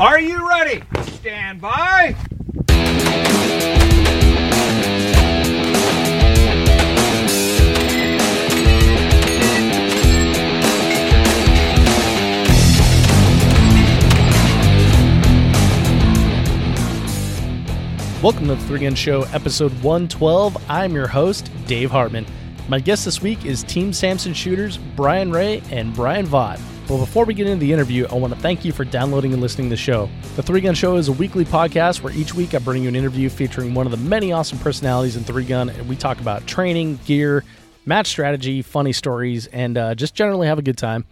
Are you ready? Stand by. Welcome to the Three Gun Show, episode 112. I'm your host, Dave Hartman. My guest this week is Team Samson Shooters, Brian Ray and Brian Vaught. But before we get into the interview, I want to thank you for downloading and listening to the show. The Three Gun Show is a weekly podcast where each week I bring you an interview featuring one of the many awesome personalities in Three Gun, and we talk about training, gear, match strategy, funny stories, and uh, just generally have a good time.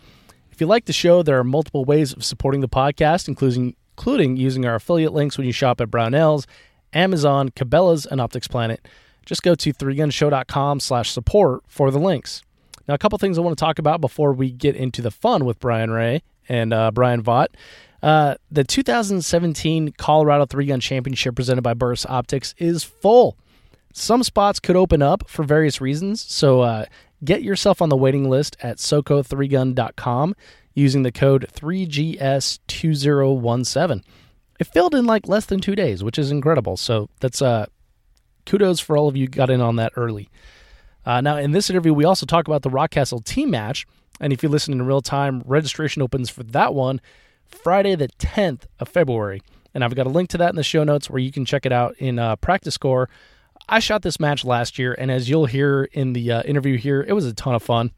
If you like the show, there are multiple ways of supporting the podcast, including including using our affiliate links when you shop at Brownells, Amazon, Cabela's, and Optics Planet. Just go to 3gunshow.com slash support for the links. Now, a couple things I want to talk about before we get into the fun with Brian Ray and uh, Brian Vaught. Uh, the 2017 Colorado Three Gun Championship presented by Burris Optics is full some spots could open up for various reasons, so uh, get yourself on the waiting list at soco3gun.com using the code 3GS2017. It filled in like less than two days, which is incredible. So that's uh, kudos for all of you who got in on that early. Uh, now, in this interview, we also talk about the Rockcastle team match. And if you listen in real time, registration opens for that one Friday, the 10th of February. And I've got a link to that in the show notes where you can check it out in uh, practice score. I shot this match last year, and as you'll hear in the uh, interview here, it was a ton of fun.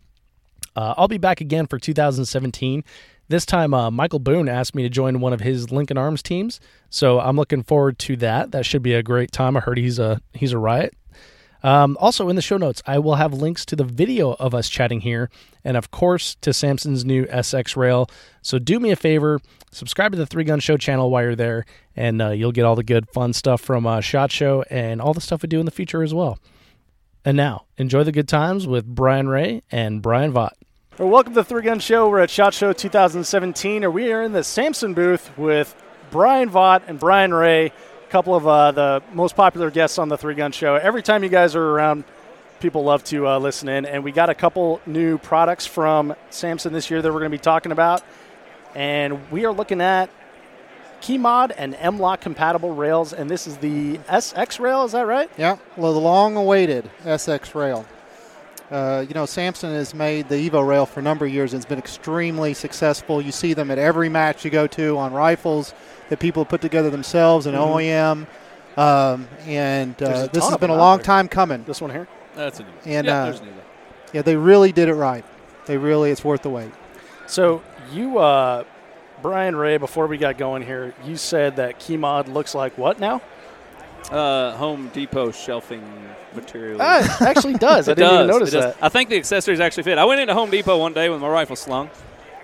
Uh, I'll be back again for 2017. This time, uh, Michael Boone asked me to join one of his Lincoln Arms teams, so I'm looking forward to that. That should be a great time. I heard he's a he's a riot. Um, also, in the show notes, I will have links to the video of us chatting here, and of course to Samson's new SX rail. So do me a favor, subscribe to the Three Gun Show channel while you're there, and uh, you'll get all the good fun stuff from uh, Shot Show and all the stuff we do in the future as well. And now, enjoy the good times with Brian Ray and Brian Vaught. Well, welcome to the Three Gun Show. We're at Shot Show 2017, and we are in the Samson booth with Brian Vaught and Brian Ray, a couple of uh, the most popular guests on the Three Gun Show. Every time you guys are around, people love to uh, listen in, and we got a couple new products from Samson this year that we're going to be talking about, and we are looking at Keymod and MLock compatible rails, and this is the SX rail. Is that right? Yeah, well, the long-awaited SX rail. Uh, you know, Samson has made the Evo rail for a number of years and it's been extremely successful. You see them at every match you go to on rifles that people put together themselves and OEM. Um, and Mm-hmm. There's uh, a this ton has of been a them out long there. time coming. This one here. That's a new. And, yeah, uh, there's a new. one. Yeah, they really did it right. They really, it's worth the wait. So you, uh, Brian Ray, before we got going here, you said that Keymod looks like what now? Uh, Home Depot shelving material. Uh, it actually does. Ah, I It didn't even does. notice it does. that. I think the accessories actually fit. I went into Home Depot one day with my rifle slung,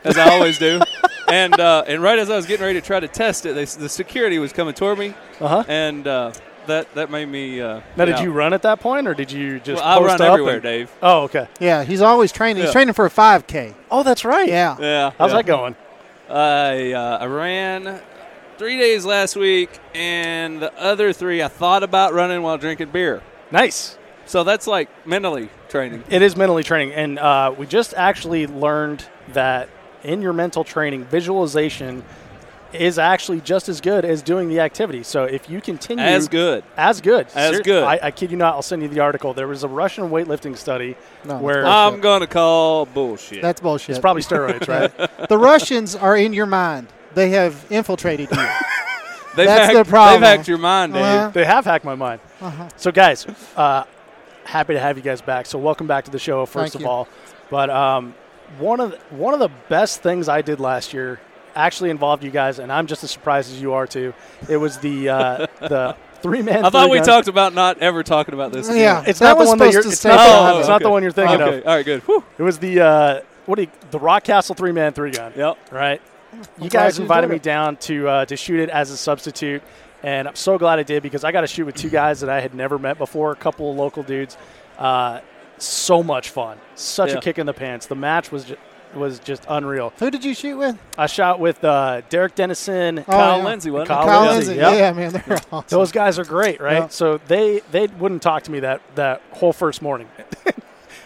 as I always do, and uh, and right as I was getting ready to try to test it, they, s- the security was coming toward me, Uh-huh. and uh, that that made me. Uh, Now, did out. you run at that point, or did you just Well, I post run up everywhere, and- Dave. Oh, okay. Yeah, he's always training. He's Yeah. training for a 5K. Oh, that's right. Yeah. Yeah. How's yeah. that going? I uh, I ran three days last week, and the other three I thought about running while drinking beer. Nice. So that's like mentally training. It is mentally training, and uh, we just actually learned that in your mental training, visualization is actually just as good as doing the activity. So if you continue As good. as good, As good. I, I kid you not. I'll send you the article. There was a Russian weightlifting study No, that's where bullshit. I'm gonna call bullshit. That's bullshit. it's probably steroids, right? the Russians are in your mind. They have infiltrated you. they've that's hacked, the problem. They've hacked your mind, Dave. Well, they have hacked my mind. Uh-huh. So, guys, uh, happy to have you guys back. So, welcome back to the show, first Thank of you. all. But um, one of the, one of the best things I did last year actually involved you guys, and I'm just as surprised as you are too. It was the uh, the three man. I thought we talked about not ever talking about this. again. Oh, Yeah. It's That not the was one that supposed you're. to It's stay not, private. the, it's not the one you're thinking okay. of. All right. Good. Whew. It was the uh, what do you, the Rock Castle three man three gun. Yep. Right. You glad guys you invited enjoyed me it. down to uh, to shoot it as a substitute, and I'm so glad I did because I got to shoot with two guys that I had never met before, a couple of local dudes. Uh, so much fun, such a Yeah. kick in the pants. The match was ju- was just unreal. Who did you shoot with? I shot with uh, Derek Dennison, Oh, Kyle yeah. Lindsey wasn't Kyle it? Kyle Lindsey, Lindsey. yeah. Yeah, man, they're awesome. Those guys are great, right? Yeah. So they they wouldn't talk to me that that whole first morning.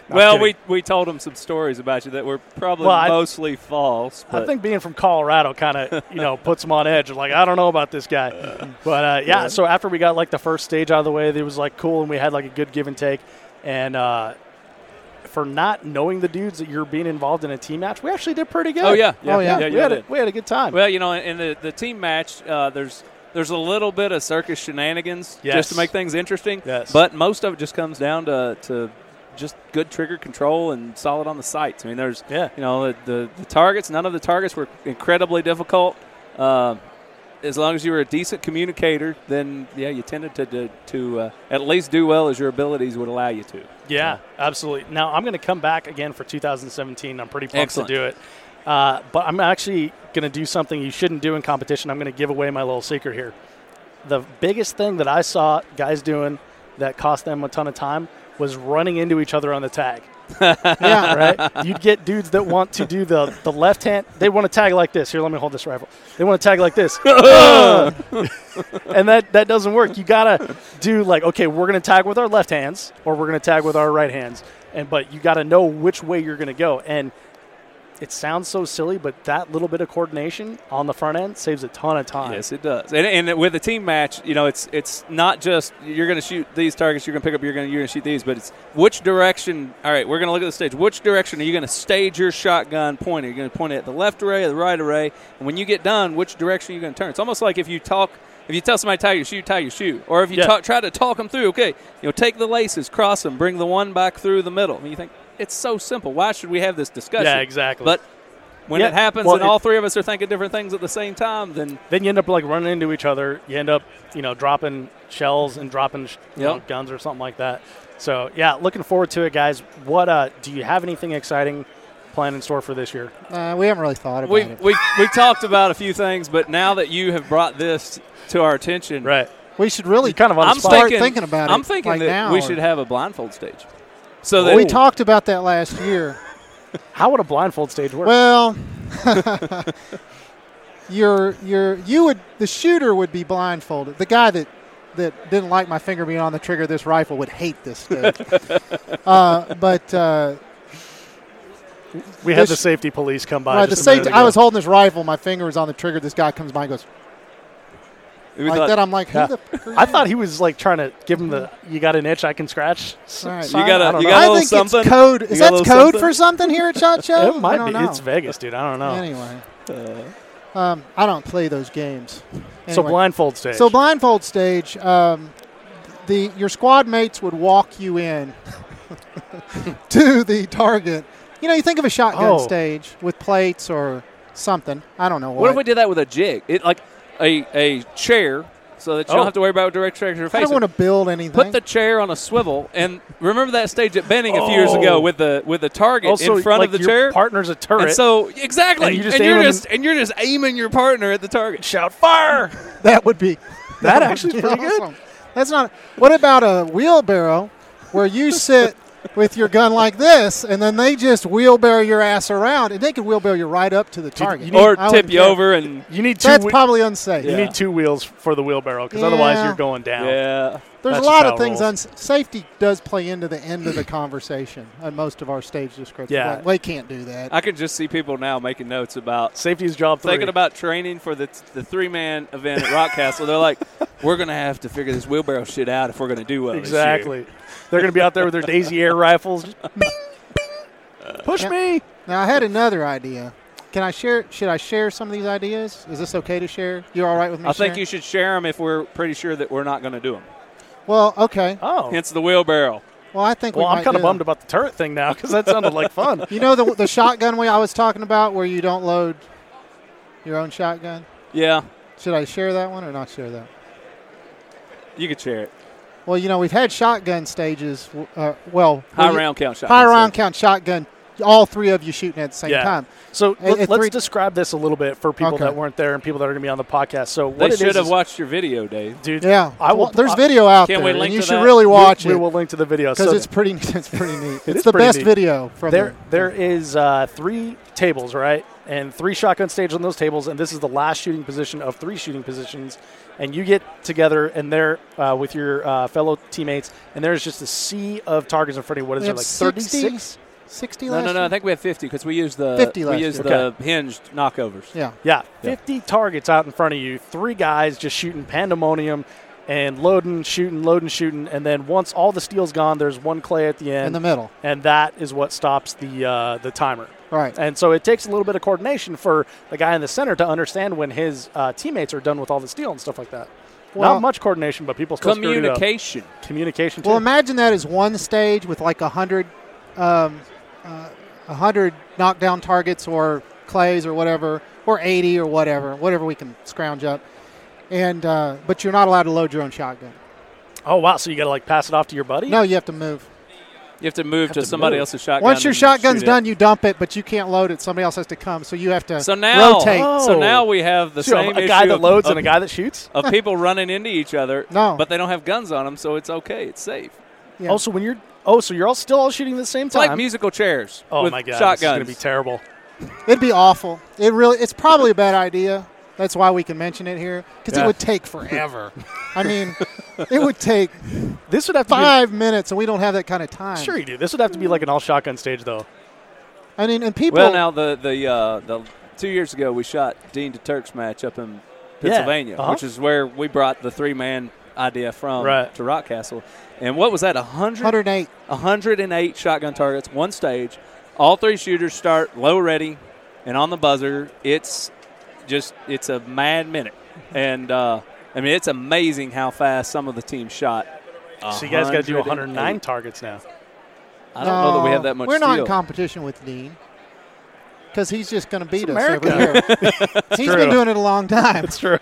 well, kidding. we, we told them some stories about you that were probably Well, I- mostly false. But I think being from Colorado kind of you know puts them on edge. Like I don't know about this guy, but uh, yeah. So after we got like the first stage out of the way, it was like cool, and we had like a good give and take. And uh, for not knowing the dudes that you're being involved in a team match, we actually did pretty good. Oh yeah. Oh, yeah. we had did. it. We had a good time. Well, you know, in the, the team match, uh, there's there's a little bit of circus shenanigans Yes. just to make things interesting. Yes. But most of it just comes down to, to just good trigger control and solid on the sights. I mean, there's Yeah. you know the, the the targets. None of the targets were incredibly difficult. Uh, as long as you were a decent communicator, then yeah, you tended to to, to uh, at least do well as your abilities would allow you to. Yeah, absolutely. Now I'm going to come back again for 2017. I'm pretty pumped Excellent. to do it. Uh, but I'm actually going to do something you shouldn't do in competition. I'm going to give away my little secret here. The biggest thing that I saw guys doing that cost them a ton of time was running into each other on the tag. yeah, Right? You'd get dudes that want to do the, the left hand. They want to tag like this. Here, let me hold this rifle. They want to tag like this. and that, that doesn't work. You gotta do like, okay, we're gonna tag with our left hands or we're gonna tag with our right hands. And but you gotta know which way you're gonna go. And it sounds so silly, but that little bit of coordination on the front end saves a ton of time. Yes, it does. And, and with a team match, you know, it's it's not just you're going to shoot these targets, you're going to pick up, you're going to you're going to shoot these, but it's which direction. All right, we're going to look at the stage. Which direction are you going to stage your shotgun pointing? You're going to point it at the left array or the right array. And when you get done, which direction are you going to turn? It's almost like if you talk. If you tell somebody tie your shoe, tie your shoe. Or if you Yeah. talk, try to talk them through, okay, you know, take the laces, cross them, bring the one back through the middle. And you think it's so simple. Why should we have this discussion? Yeah, exactly. But when Yeah, it happens well, and it- all three of us are thinking different things at the same time, then then you end up like running into each other. You end up, you know, dropping shells and dropping sh- you know, Yep. guns or something like that. So yeah, looking forward to it, guys. What uh, do you have anything exciting planned in store for this year? uh, we haven't really thought about we, it. we, we talked about a few things, but now that you have brought this to our attention, Right. We should really Kind of on I'm the spot. start thinking, thinking about it I'm thinking like that now we or- should have a blindfold stage. So that Well, we talked about that last year. How would a blindfold stage work? Well, your your you would the shooter would be blindfolded. The guy that that didn't like my finger being on the trigger of this rifle would hate this stage. uh, but uh, we had this- the safety police come by. right, the just a minute safety, I ago. was holding this rifle. My finger was on the trigger. This guy comes by and goes we like thought, that. I'm like, who Yeah. the? frick are I you? thought he was like trying to give him the "you got an itch I can scratch." s- All right. You sign. gotta- I don't you know. got a I little think something? it's code. You Is got a that code little for something here at Shot Show? It I might don't be. know. It's Vegas, dude. I don't know. Anyway, um, I don't play those games. Uh. So Anyway. blindfold stage. So blindfold stage, um, the your squad mates would walk you in to the target. You know, you think of a shotgun Oh. stage with plates or something. I don't know what. what if we did that with a jig? It like a a chair, so that you Oh. don't have to worry about direct direction or I face. don't want to build anything. Put the chair on a swivel, and remember that stage at Benning a few years Oh. ago with the with the target also in front like of the your chair. Partner's a turret. and so exactly, And you just aim you're him- just and you're just aiming your partner at the target. shout fire. that would be That would actually's be pretty good. That's not. What about a wheelbarrow where you sit with your gun like this, and then they just wheelbarrow your ass around, and they could wheelbarrow you right up to the target, you need- Or I tip wouldn't you care. over and You need two. That's whe- probably unsafe. you Yeah. need two wheels for the wheelbarrow because otherwise Yeah. you're going down. yeah. There's a That's lot just of how it things. On, rolls. safety does play into the end of the conversation on most of our stage descriptions. Yeah. Like, we can't do that. I can just see people now making notes about Safety's job three. thinking about training for the, the three man event at Rock Castle. They're like, we're gonna have to figure this wheelbarrow shit out if we're gonna do well. this year." exactly. They're going to be out there with their Daisy Air rifles. Just bing, bing. Push Yeah. me. now I had another idea. Can I share? Should I share some of these ideas? Is this okay to share? You're all right with me? I think sharing? you should share them if we're pretty sure that we're not gonna do them. Well, okay. Oh. Hence the wheelbarrow. Well, I think well, we I'm kind of bummed about the turret thing now because that sounded like fun. You know the the shotgun way I was talking about, where you don't load your own shotgun. Yeah, Should I share that one or not share that? you could share it. Well, you know we've had shotgun stages. Uh, well, High we- round count shot. high round count shotgun all three of you shooting at the same Yeah. time. So At- let, at let's three- describe this a little bit for people Okay. that weren't there and people that are going to be on the podcast. So what They it should is have is- watched your video, Dave. dude. Yeah, I will. Well, there's I- video out Can't there, we and link you to should that? really watch we, it We will link to the video because So it's pretty. It's pretty neat. It it's is the pretty best neat. video from there. the- There is uh, three tables, right, and three shotgun stage on those tables, and this is the last shooting position of three shooting positions. And you get together and there uh, with your uh, fellow teammates, and there's just a sea of targets in front of you. What is We there, have like 60? 36? 60 No, last no, no. I year? think we had 50 because we used the 50 last we used year. the hinged knockovers. Yeah. Yeah, Yeah. 50 targets out in front of you. Three guys just shooting pandemonium and loading, shooting, loading, shooting. And then once all the steel's gone, there's one clay at the end. in the middle. and that is what stops the uh, the timer. Right. And so it takes a little bit of coordination for the guy in the center to understand when his uh, teammates are done with all the steal and stuff like that. Well- Not much coordination, but people still screwed it up. Communication. communication. Too. Well, imagine that as one stage with like a hundred, um, uh, a hundred knockdown targets or clays or whatever, or eighty or whatever, whatever we can scrounge up. And uh, but you're not allowed to load your own shotgun. oh wow! So you got to like pass it off to your buddy. No, you have to move. You have to move to to somebody move. else's shotgun. Once your and shotgun's shoot it. done, you dump it, but you can't load it. Somebody else has to come, so you have to so now, Oh. rotate. so now we have the So same a issue guy that of- loads of, and a guy that shoots. of people running into each other. No. but they don't have guns on them, so it's okay. It's safe. Yeah. Also, when you're oh, so you're all still all shooting at the same It's like time. musical chairs. oh with my god, shotguns. this is gonna be terrible. It'd be awful. It really. It's probably a bad idea. That's why we can mention it here because Yeah. it would take forever. I mean, it would take This would have to five minutes, and we don't have that kind of time. be sure you do. This would have to be like an all shotgun stage though. I mean, and people. well, now the the uh, the two years ago we shot Dean to Turk's match up in Pennsylvania, uh-huh. which is where we brought the three man idea from Right. to Rock Castle. And what was that? A hundred 108. 108 shotgun targets, one stage. All three shooters start low ready and on the buzzer. It's just it's a mad minute, and uh, I mean it's amazing how fast some of the teams shot. So you guys got to do 108. 109 targets now. I don't know that we have that much. uh, We're not in steel. competition with Dean because he's just going to beat us America. every year. he's true. been doing it a long time. That's true.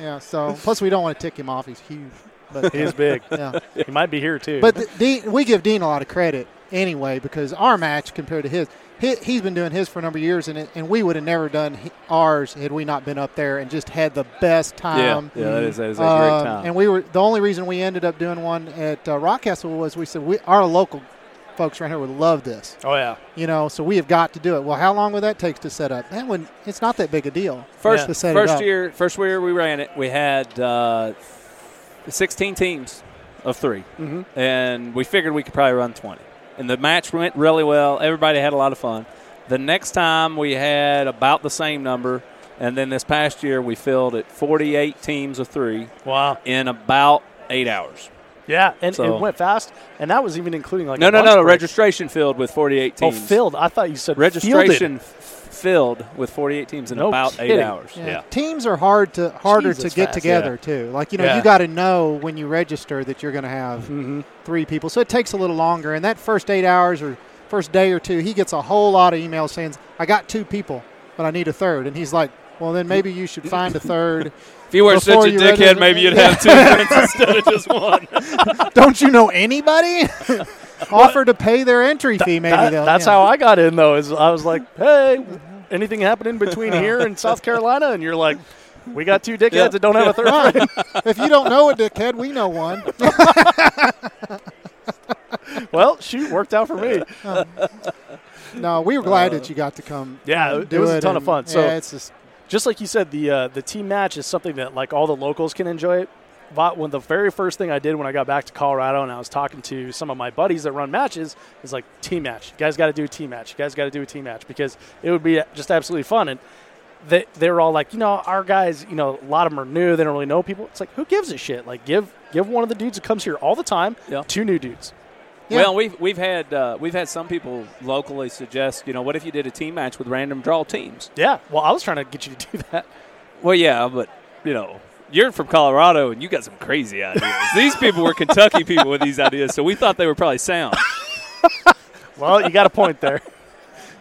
Yeah. So plus we don't want to tick him off. He's huge. But He is big. yeah. He might be here too. But the, Dean, we give Dean a lot of credit anyway because our match compared to his, he, he's been doing his for a number of years, and it, and we would have never done he- ours had we not been up there and just had the best Yeah, time. yeah, that is, that is a Um, great time. And we were the only reason we ended up doing one at uh, Rockcastle was we said we our local folks right here would love this, oh yeah. you know. So we have got to do it. Well, how long would that take to set up? That one, it's not that big a deal. First, to set it first up. year, first year we ran it, we had uh, 16 teams of 3 Mm-hmm. and we figured we could probably run 20. And the match went really well. Everybody had a lot of fun. The next time we had about the same number, and then this past year we filled at 48 teams of three Wow. in about eight hours. Yeah, and So- it went fast, and that was even including like No, a no, lunch no, no. break. Registration filled with 48 Oh, teams. filled. I thought you said Registration fielded. f- filled with 48 teams in No about eight kidding. hours. Yeah. teams are hard to harder Jesus, to get fast, together too. Like you know, Yeah. Mm-hmm. you got to know when you register that you're going to have three people, so it takes a little longer. And that first eight hours or first day or two, he gets a whole lot of emails saying, "I got two people, but I need a third. and he's like. Well, then maybe you should find a third. If you weren't Before such a you dickhead, register- maybe you'd have two friends instead of just one. Don't you know anybody? Offer to pay their entry fee, maybe That- they'll. that's yeah. how I got in though. Is I was like, hey, anything happening between here and South Carolina? And you're like, we got two dickheads Yeah. that don't have a third. Right. if you don't know a dickhead, we know one. Well, shoot, worked out for me. No, we were glad that you got to come. Uh, yeah, uh, it do was a ton of and- fun. So- yeah, it's just Just like you said, the uh, the team match is something that like all the locals can enjoy. But when the very first thing I did when I got back to Colorado and I was talking to some of my buddies that run matches is like team match. You guys got to do a team match. You guys got to do a team match because it would be just absolutely fun. And they they were all like, you know, our guys, you know, a lot of them are new. They don't really know people. It's like, who gives a shit? Like, give give one of the dudes that comes here all the time Yeah. two new dudes. Yeah. Well, we've we've had uh, we've had some people locally suggest, you know, what if you did a team match with random draw teams? Yeah. Well, I was trying to get you to do that. Well, yeah, but you know, you're from Colorado and you got some crazy ideas. these people were Kentucky people with these ideas, so we thought they were probably sound. Well, you got a point there.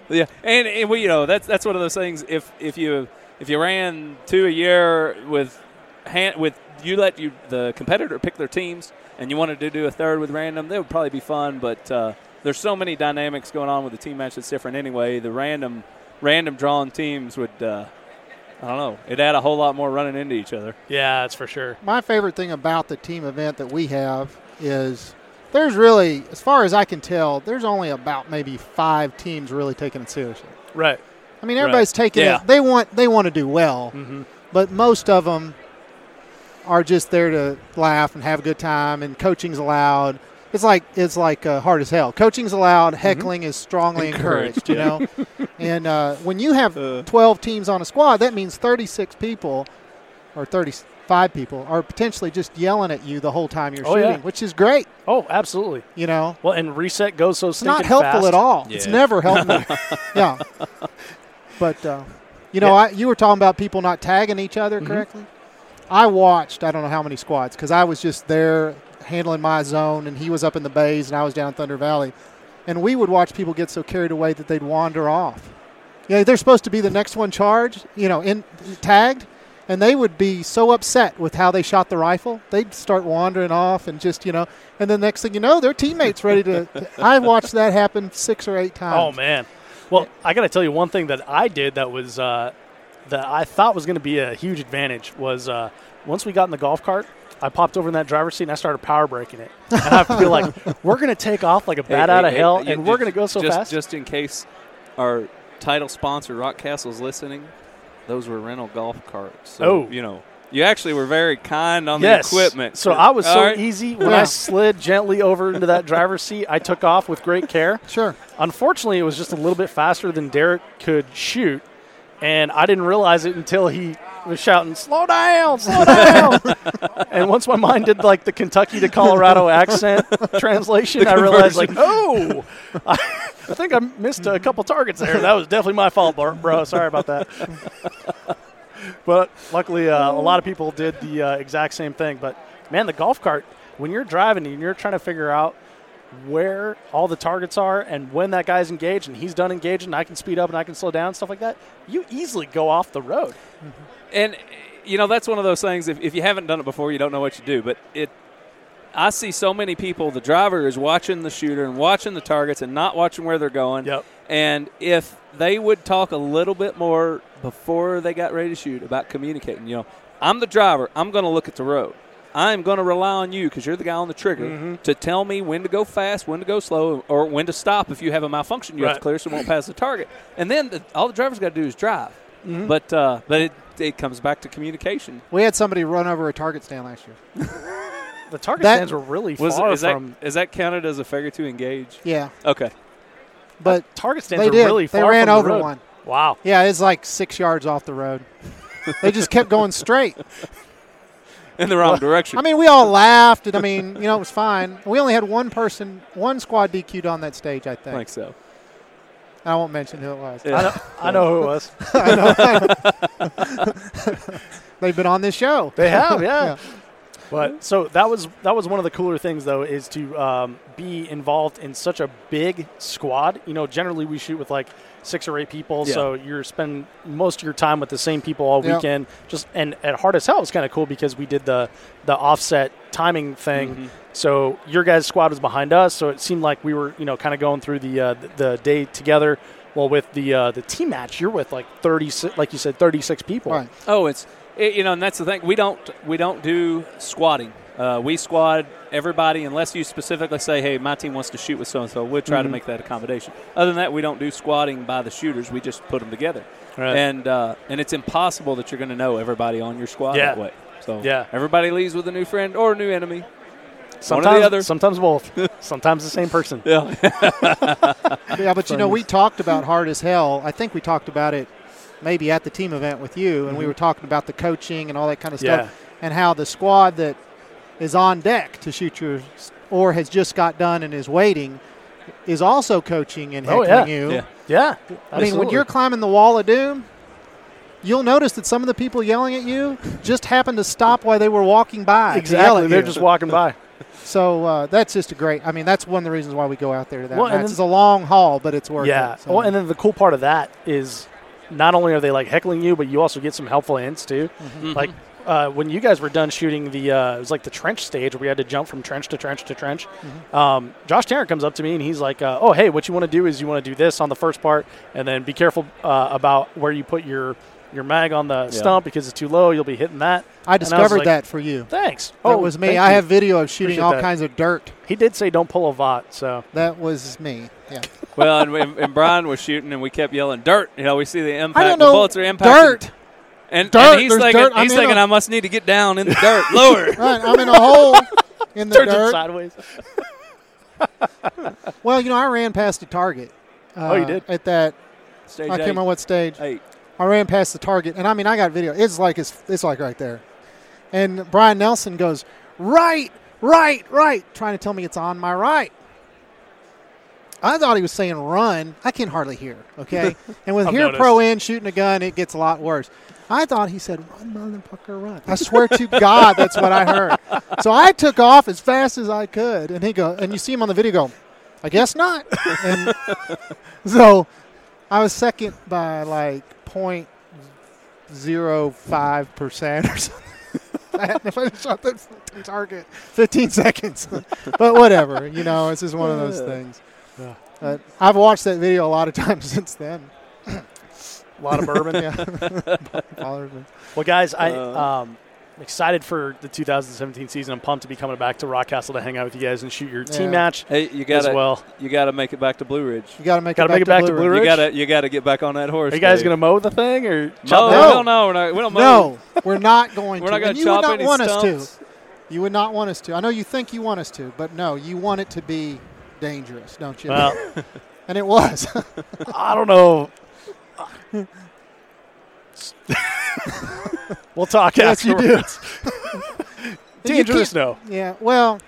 Yeah, and, and we you know that's that's one of those things. If if you if you ran two a year with hand with you let you the competitor pick their teams, and you wanted to do a third with random, that would probably be fun. But uh, there's so many dynamics going on with the team match that's different anyway. The random random drawn teams would uh, I don't know. It'd add a whole lot more running into each other. Yeah, that's for sure. My favorite thing about the team event that we have is there's really, as far as I can tell, there's only about maybe five teams really taking it seriously. Right. I mean, everybody's taking Yeah. it. They want they want to do well, but most of them are just there to laugh and have a good time. And coaching's allowed. It's like it's like uh, hard as hell. Coaching's allowed. Heckling is strongly encouraged. Encouraged, you know, and uh, when you have 12 teams on a squad, that means 36 people or 35 people are potentially just yelling at you the whole time you're Oh, yeah. shooting, which is great. Oh, absolutely. You know, Well, and reset goes so it's stinking not helpful fast. at all. It's Yeah. never helpful. yeah. But uh, you know, Yeah. Mm-hmm. I, you were talking about people not tagging each other correctly. I watched I don't know how many squads because I was just there handling my zone, and he was up in the bays, and I was down in Thunder Valley, and we would watch people get so carried away that they'd wander off. You know, they're supposed to be the next one charged, you know, in tagged, and they would be so upset with how they shot the rifle, they'd start wandering off and just, you know, and the next thing you know, their teammates ready to. I watched that happen six or eight times. Oh man. Well, I got to tell you one thing that I did that was uh, that I thought was going to be a huge advantage was uh, once we got in the golf cart. I popped over in that driver's seat and I started power braking it. And I feel like we're going to take off like a bat Hey, out hey, of hey, hell you and we're just- going to go so just, fast. Just in case our title sponsor Rock Castle's listening, those were rental golf carts. So, Oh. you know, you actually were very kind on yes. the equipment. So I was All so e- right. easy when Yeah. I slid gently over into that driver's seat. I took off with great care. Sure. Unfortunately, it was just a little bit faster than Derek could shoot, and I didn't realize it until he was shouting, "Slow down, slow down!" and once my mind did like the Kentucky to Colorado accent translation, I realized like, "Oh, I, I think I missed a couple targets there. That was definitely my fault, bro. bro. Sorry about that." But luckily, uh, a lot of people did the uh, exact same thing. But man, the golf cart, when you're driving and you're trying to figure out where all the targets are and when that guy's engaged and he's done engaging, I can speed up and I can slow down, stuff like that, you easily go off the road. and you know that's one of those things if, if you haven't done it before you don't know what you do but it i see so many people the driver is watching the shooter and watching the targets and not watching where they're going Yep. and if they would talk a little bit more before they got ready to shoot about communicating you know i'm the driver i'm going to look at the road i'm going to rely on you because you're the guy on the trigger Mm-hmm. to tell me when to go fast when to go slow or when to stop if you have a malfunction you have to Right. clear so it won't pass the target and then the, all the driver's got to do is drive Mm-hmm. but uh, but it, it comes back to communication. We had somebody run over a target stand last year. The target That- stands were really Was far is that from. is that counted as a failure to engage? Yeah, Okay, but target stands they were did. really far they ran from the over road. one. Wow. Yeah, it's like six yards off the road. they just kept going straight. in the wrong direction. I mean, we all laughed, and I mean, you know, it was fine. We only had one person, one squad DQ'd on that stage, I I think. think so. I won't mention who it was. Yeah. I know, I know who it was. They've been on this show. They have, yeah. But so that was that was one of the cooler things though is to um, be involved in such a big squad. You know, generally we shoot with like six or eight people, Yeah. so you're spending most of your time with the same people all Yeah. weekend. Just and at hard as hell was kind of cool because we did the the offset timing thing. So your guys' squad was behind us, so it seemed like we were you know kind of going through the uh, the, the day together. Well, with the uh, the team match, you're with like thirty, like you said, thirty six people. Right. Oh, it's it, you know, and that's the thing. We don't we don't do squatting. Uh, we squad everybody unless you specifically say, "Hey, my team wants to shoot with so and so." We'll try to make that accommodation. Other than that, we don't do squatting by the shooters. We just put them together, Right. and uh, and it's impossible that you're going to know everybody on your squad Yeah. that way. So Yeah. everybody leaves with a new friend or a new enemy. Sometimes, other. sometimes both. sometimes the same person. Yeah, Yeah, but you know, we talked about hard as hell. I think we talked about it maybe at the team event with you, and we were talking about the coaching and all that kind of Mm-hmm. Yeah. stuff, and how the squad that is on deck to shoot your or has just got done and is waiting is also coaching and Oh, heckling yeah. you. Yeah. Yeah. I mean, when you're climbing the wall of doom, you'll notice that some of the people yelling at you just happened to stop while they were walking by. To yell exactly, at they're you. just walking by. so uh, that's just a great. I mean, that's one of the reasons why we go out there to that Well, and match. then- Oh, It's a long haul, but it's worth yeah. it. Well, and then the cool part of that is not only are they like heckling you, but you also get some helpful hints too. Mm-hmm. Like uh, when you guys were done shooting the, uh, it was like the trench stage where we had to jump from trench to trench to trench. Mm-hmm. Um, Josh Tarrant comes up to me and he's like, uh, "Oh, hey, what you want to do is you want to do this on the first part, and then be careful uh, about where you put your your mag on the stump because it's too low. You'll be hitting that." I And was discovered like, that for you. Thanks. Oh, Oh, That was me. thank I you. have video of shooting Appreciate all that. kinds of dirt. He did say don't pull a vot, so That was me. Yeah. well, and, and, and Brian was shooting, and we kept yelling "dirt." You know, we see the impact. I don't the know. bullets are impacting. Dirt. And, Dirt, and he's there's thinking, dirt. uh, I'm he's in thinking, a- I must need to get down in the dirt lower. Right. I'm in a hole in the turns it dirt. sideways. Well, you know, I ran past a target. Uh, Oh, you did? At that, Stage I can't remember what stage. eight. I ran past the target, and I mean, I got video. It's like it's, it's like right there. And Brian Nelson goes right, right, right, trying to tell me it's on my right. I thought he was saying run. I can hardly hear. Okay, and with I've here noticed. pro in shooting a gun, it gets a lot worse. I thought he said run, motherfucker, run. I swear to God, that's what I heard. So I took off as fast as I could, and he go, and you see him on the video go, I guess not. And so I was second by like point zero five percent or something. And if I shot that fucking target, fifteen seconds. but whatever, you know, it's just one of those things. Yeah. But I've watched that video a lot of times since then. A lot of bourbon. Yeah, bothers me. Well, guys, I, Uh-huh. Uh, um, I'm excited for the 2017 season. I'm pumped to be coming back to Rock Castle to hang out with you guys and shoot your Yeah. team match Hey, you as gotta well. you gotta make it back to Blue Ridge. You got to make Gotta it back make it back to Blue Ridge. You gotta you gotta get back on that horse. Are you guys Dave. going to mow the thing or mow? chop No. it? We don't know. We're not, we don't mow. No, we're not going We're to. not going and to you would chop not any want us stumps. to. You would not want us to. I know you think you want us to, but no, you want it to be dangerous, don't you? Well, and it was. I don't know. we'll talk Yes, you afterwards. do. You Dangerous, can't- no. Yeah, well,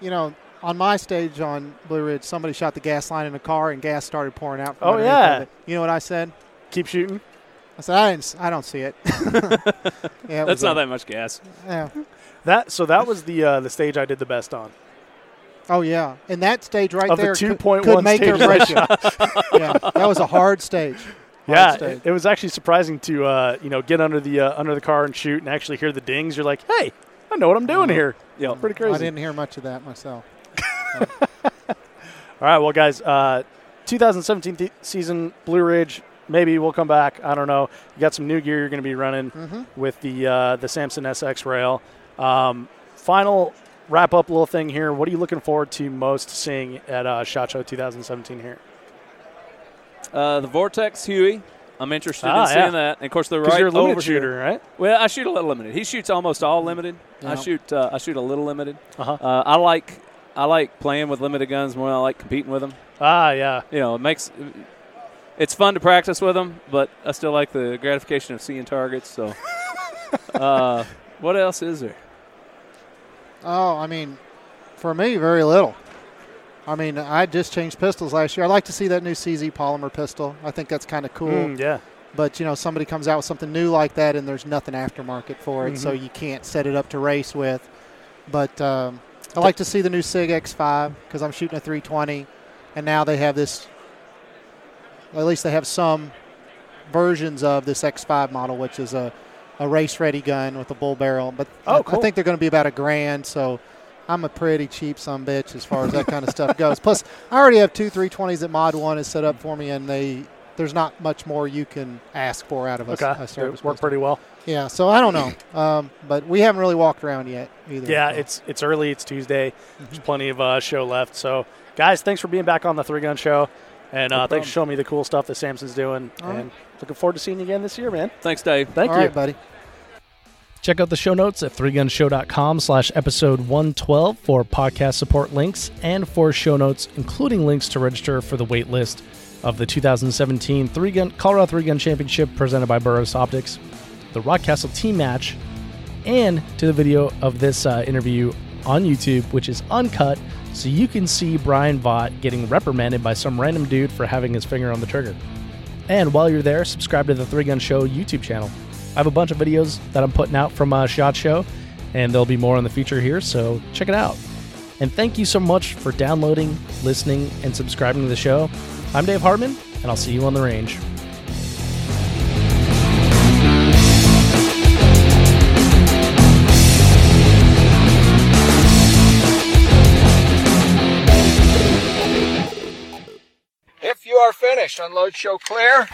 you know, on my stage on Blue Ridge, somebody shot the gas line in a car and gas started pouring out. From Oh, underneath yeah. of it. You know what I said? Keep shooting. I said I didn't. s- I don't see it. yeah, it That's was not a- that much gas. yeah. That so that was the uh, the stage I did the best on. Oh yeah, and that stage right Of the there could- 2.1 could make or stages I break it. yeah, that was a hard stage. Hard Yeah, stage. it, it was actually surprising to uh, you know get under the uh, under the car and shoot and actually hear the dings. You're like, hey, I know what I'm doing here. Yeah. pretty I crazy. didn't hear much of that myself. All right, well, guys, uh, 2017 th- season Blue Ridge. Maybe we'll come back. I don't know. You got some new gear you're going to be running with the uh, the Samson SX rail. Um, final wrap up little thing here. What are you looking forward to most seeing at uh, Shot Show 2017 here? Uh, the Vortex Huey. I'm interested Ah, in seeing yeah. that. And of course, the Because right you're a limited over shooter, right? Well, I shoot a little limited. He shoots almost all limited. Yeah. I shoot. Uh, I shoot a little limited. Uh-huh. Uh, I like. I like playing with limited guns more than I like competing with them. Ah, yeah. You know, it makes. It's fun to practice with them, but I still like the gratification of seeing targets. So, uh, what else is there? Oh, I mean, for me, very little. I mean, I just changed pistols last year. I like to see that new CZ polymer pistol. I think that's kind of cool. Mm, yeah. But you know, somebody comes out with something new like that, and there's nothing aftermarket for it, so Mm-hmm. you can't set it up to race with. But um, I like to see the new Sig X5 because I'm shooting a 320, and now they have this. At least they have some versions of this X5 model, which is a, a race-ready gun with a bull barrel. But Oh, I, cool. I think they're going to be about a grand. So I'm a pretty cheap some bitch as far as that kind of stuff goes. Plus, I already have two 320s that Mod One is set up for me, and they there's not much more you can ask for out of us. Okay. It worked pretty well. Yeah, so I don't know, um, but we haven't really walked around yet either. Yeah, so. Mm-hmm. it's it's early. It's Tuesday. There's plenty of uh, show left. So, guys, thanks for being back on the Three Gun Show, and uh, thanks for showing me the cool stuff that Samson's doing. All and looking forward to seeing you again this year, man. Thanks, Dave. Thank all you. right, buddy. Check out the show notes at threegunshow.com slash episode 112 for podcast support links and for show notes, including links to register for the wait list of the 2017 three gun, Colorado Three Gun Championship presented by Burroughs Optics, the Rockcastle team match, and to the video of this uh, interview on YouTube, which is uncut, so you can see Brian Vaught getting reprimanded by some random dude for having his finger on the trigger. And while you're there, subscribe to the Three Gun Show YouTube channel. I have a bunch of videos that I'm putting out from uh, Shot Show, and there'll be more in the future here, so check it out. And thank you so much for downloading, listening, and subscribing to the show. I'm Dave Hartman, and I'll see you on the range. fish. Unload Show Clear.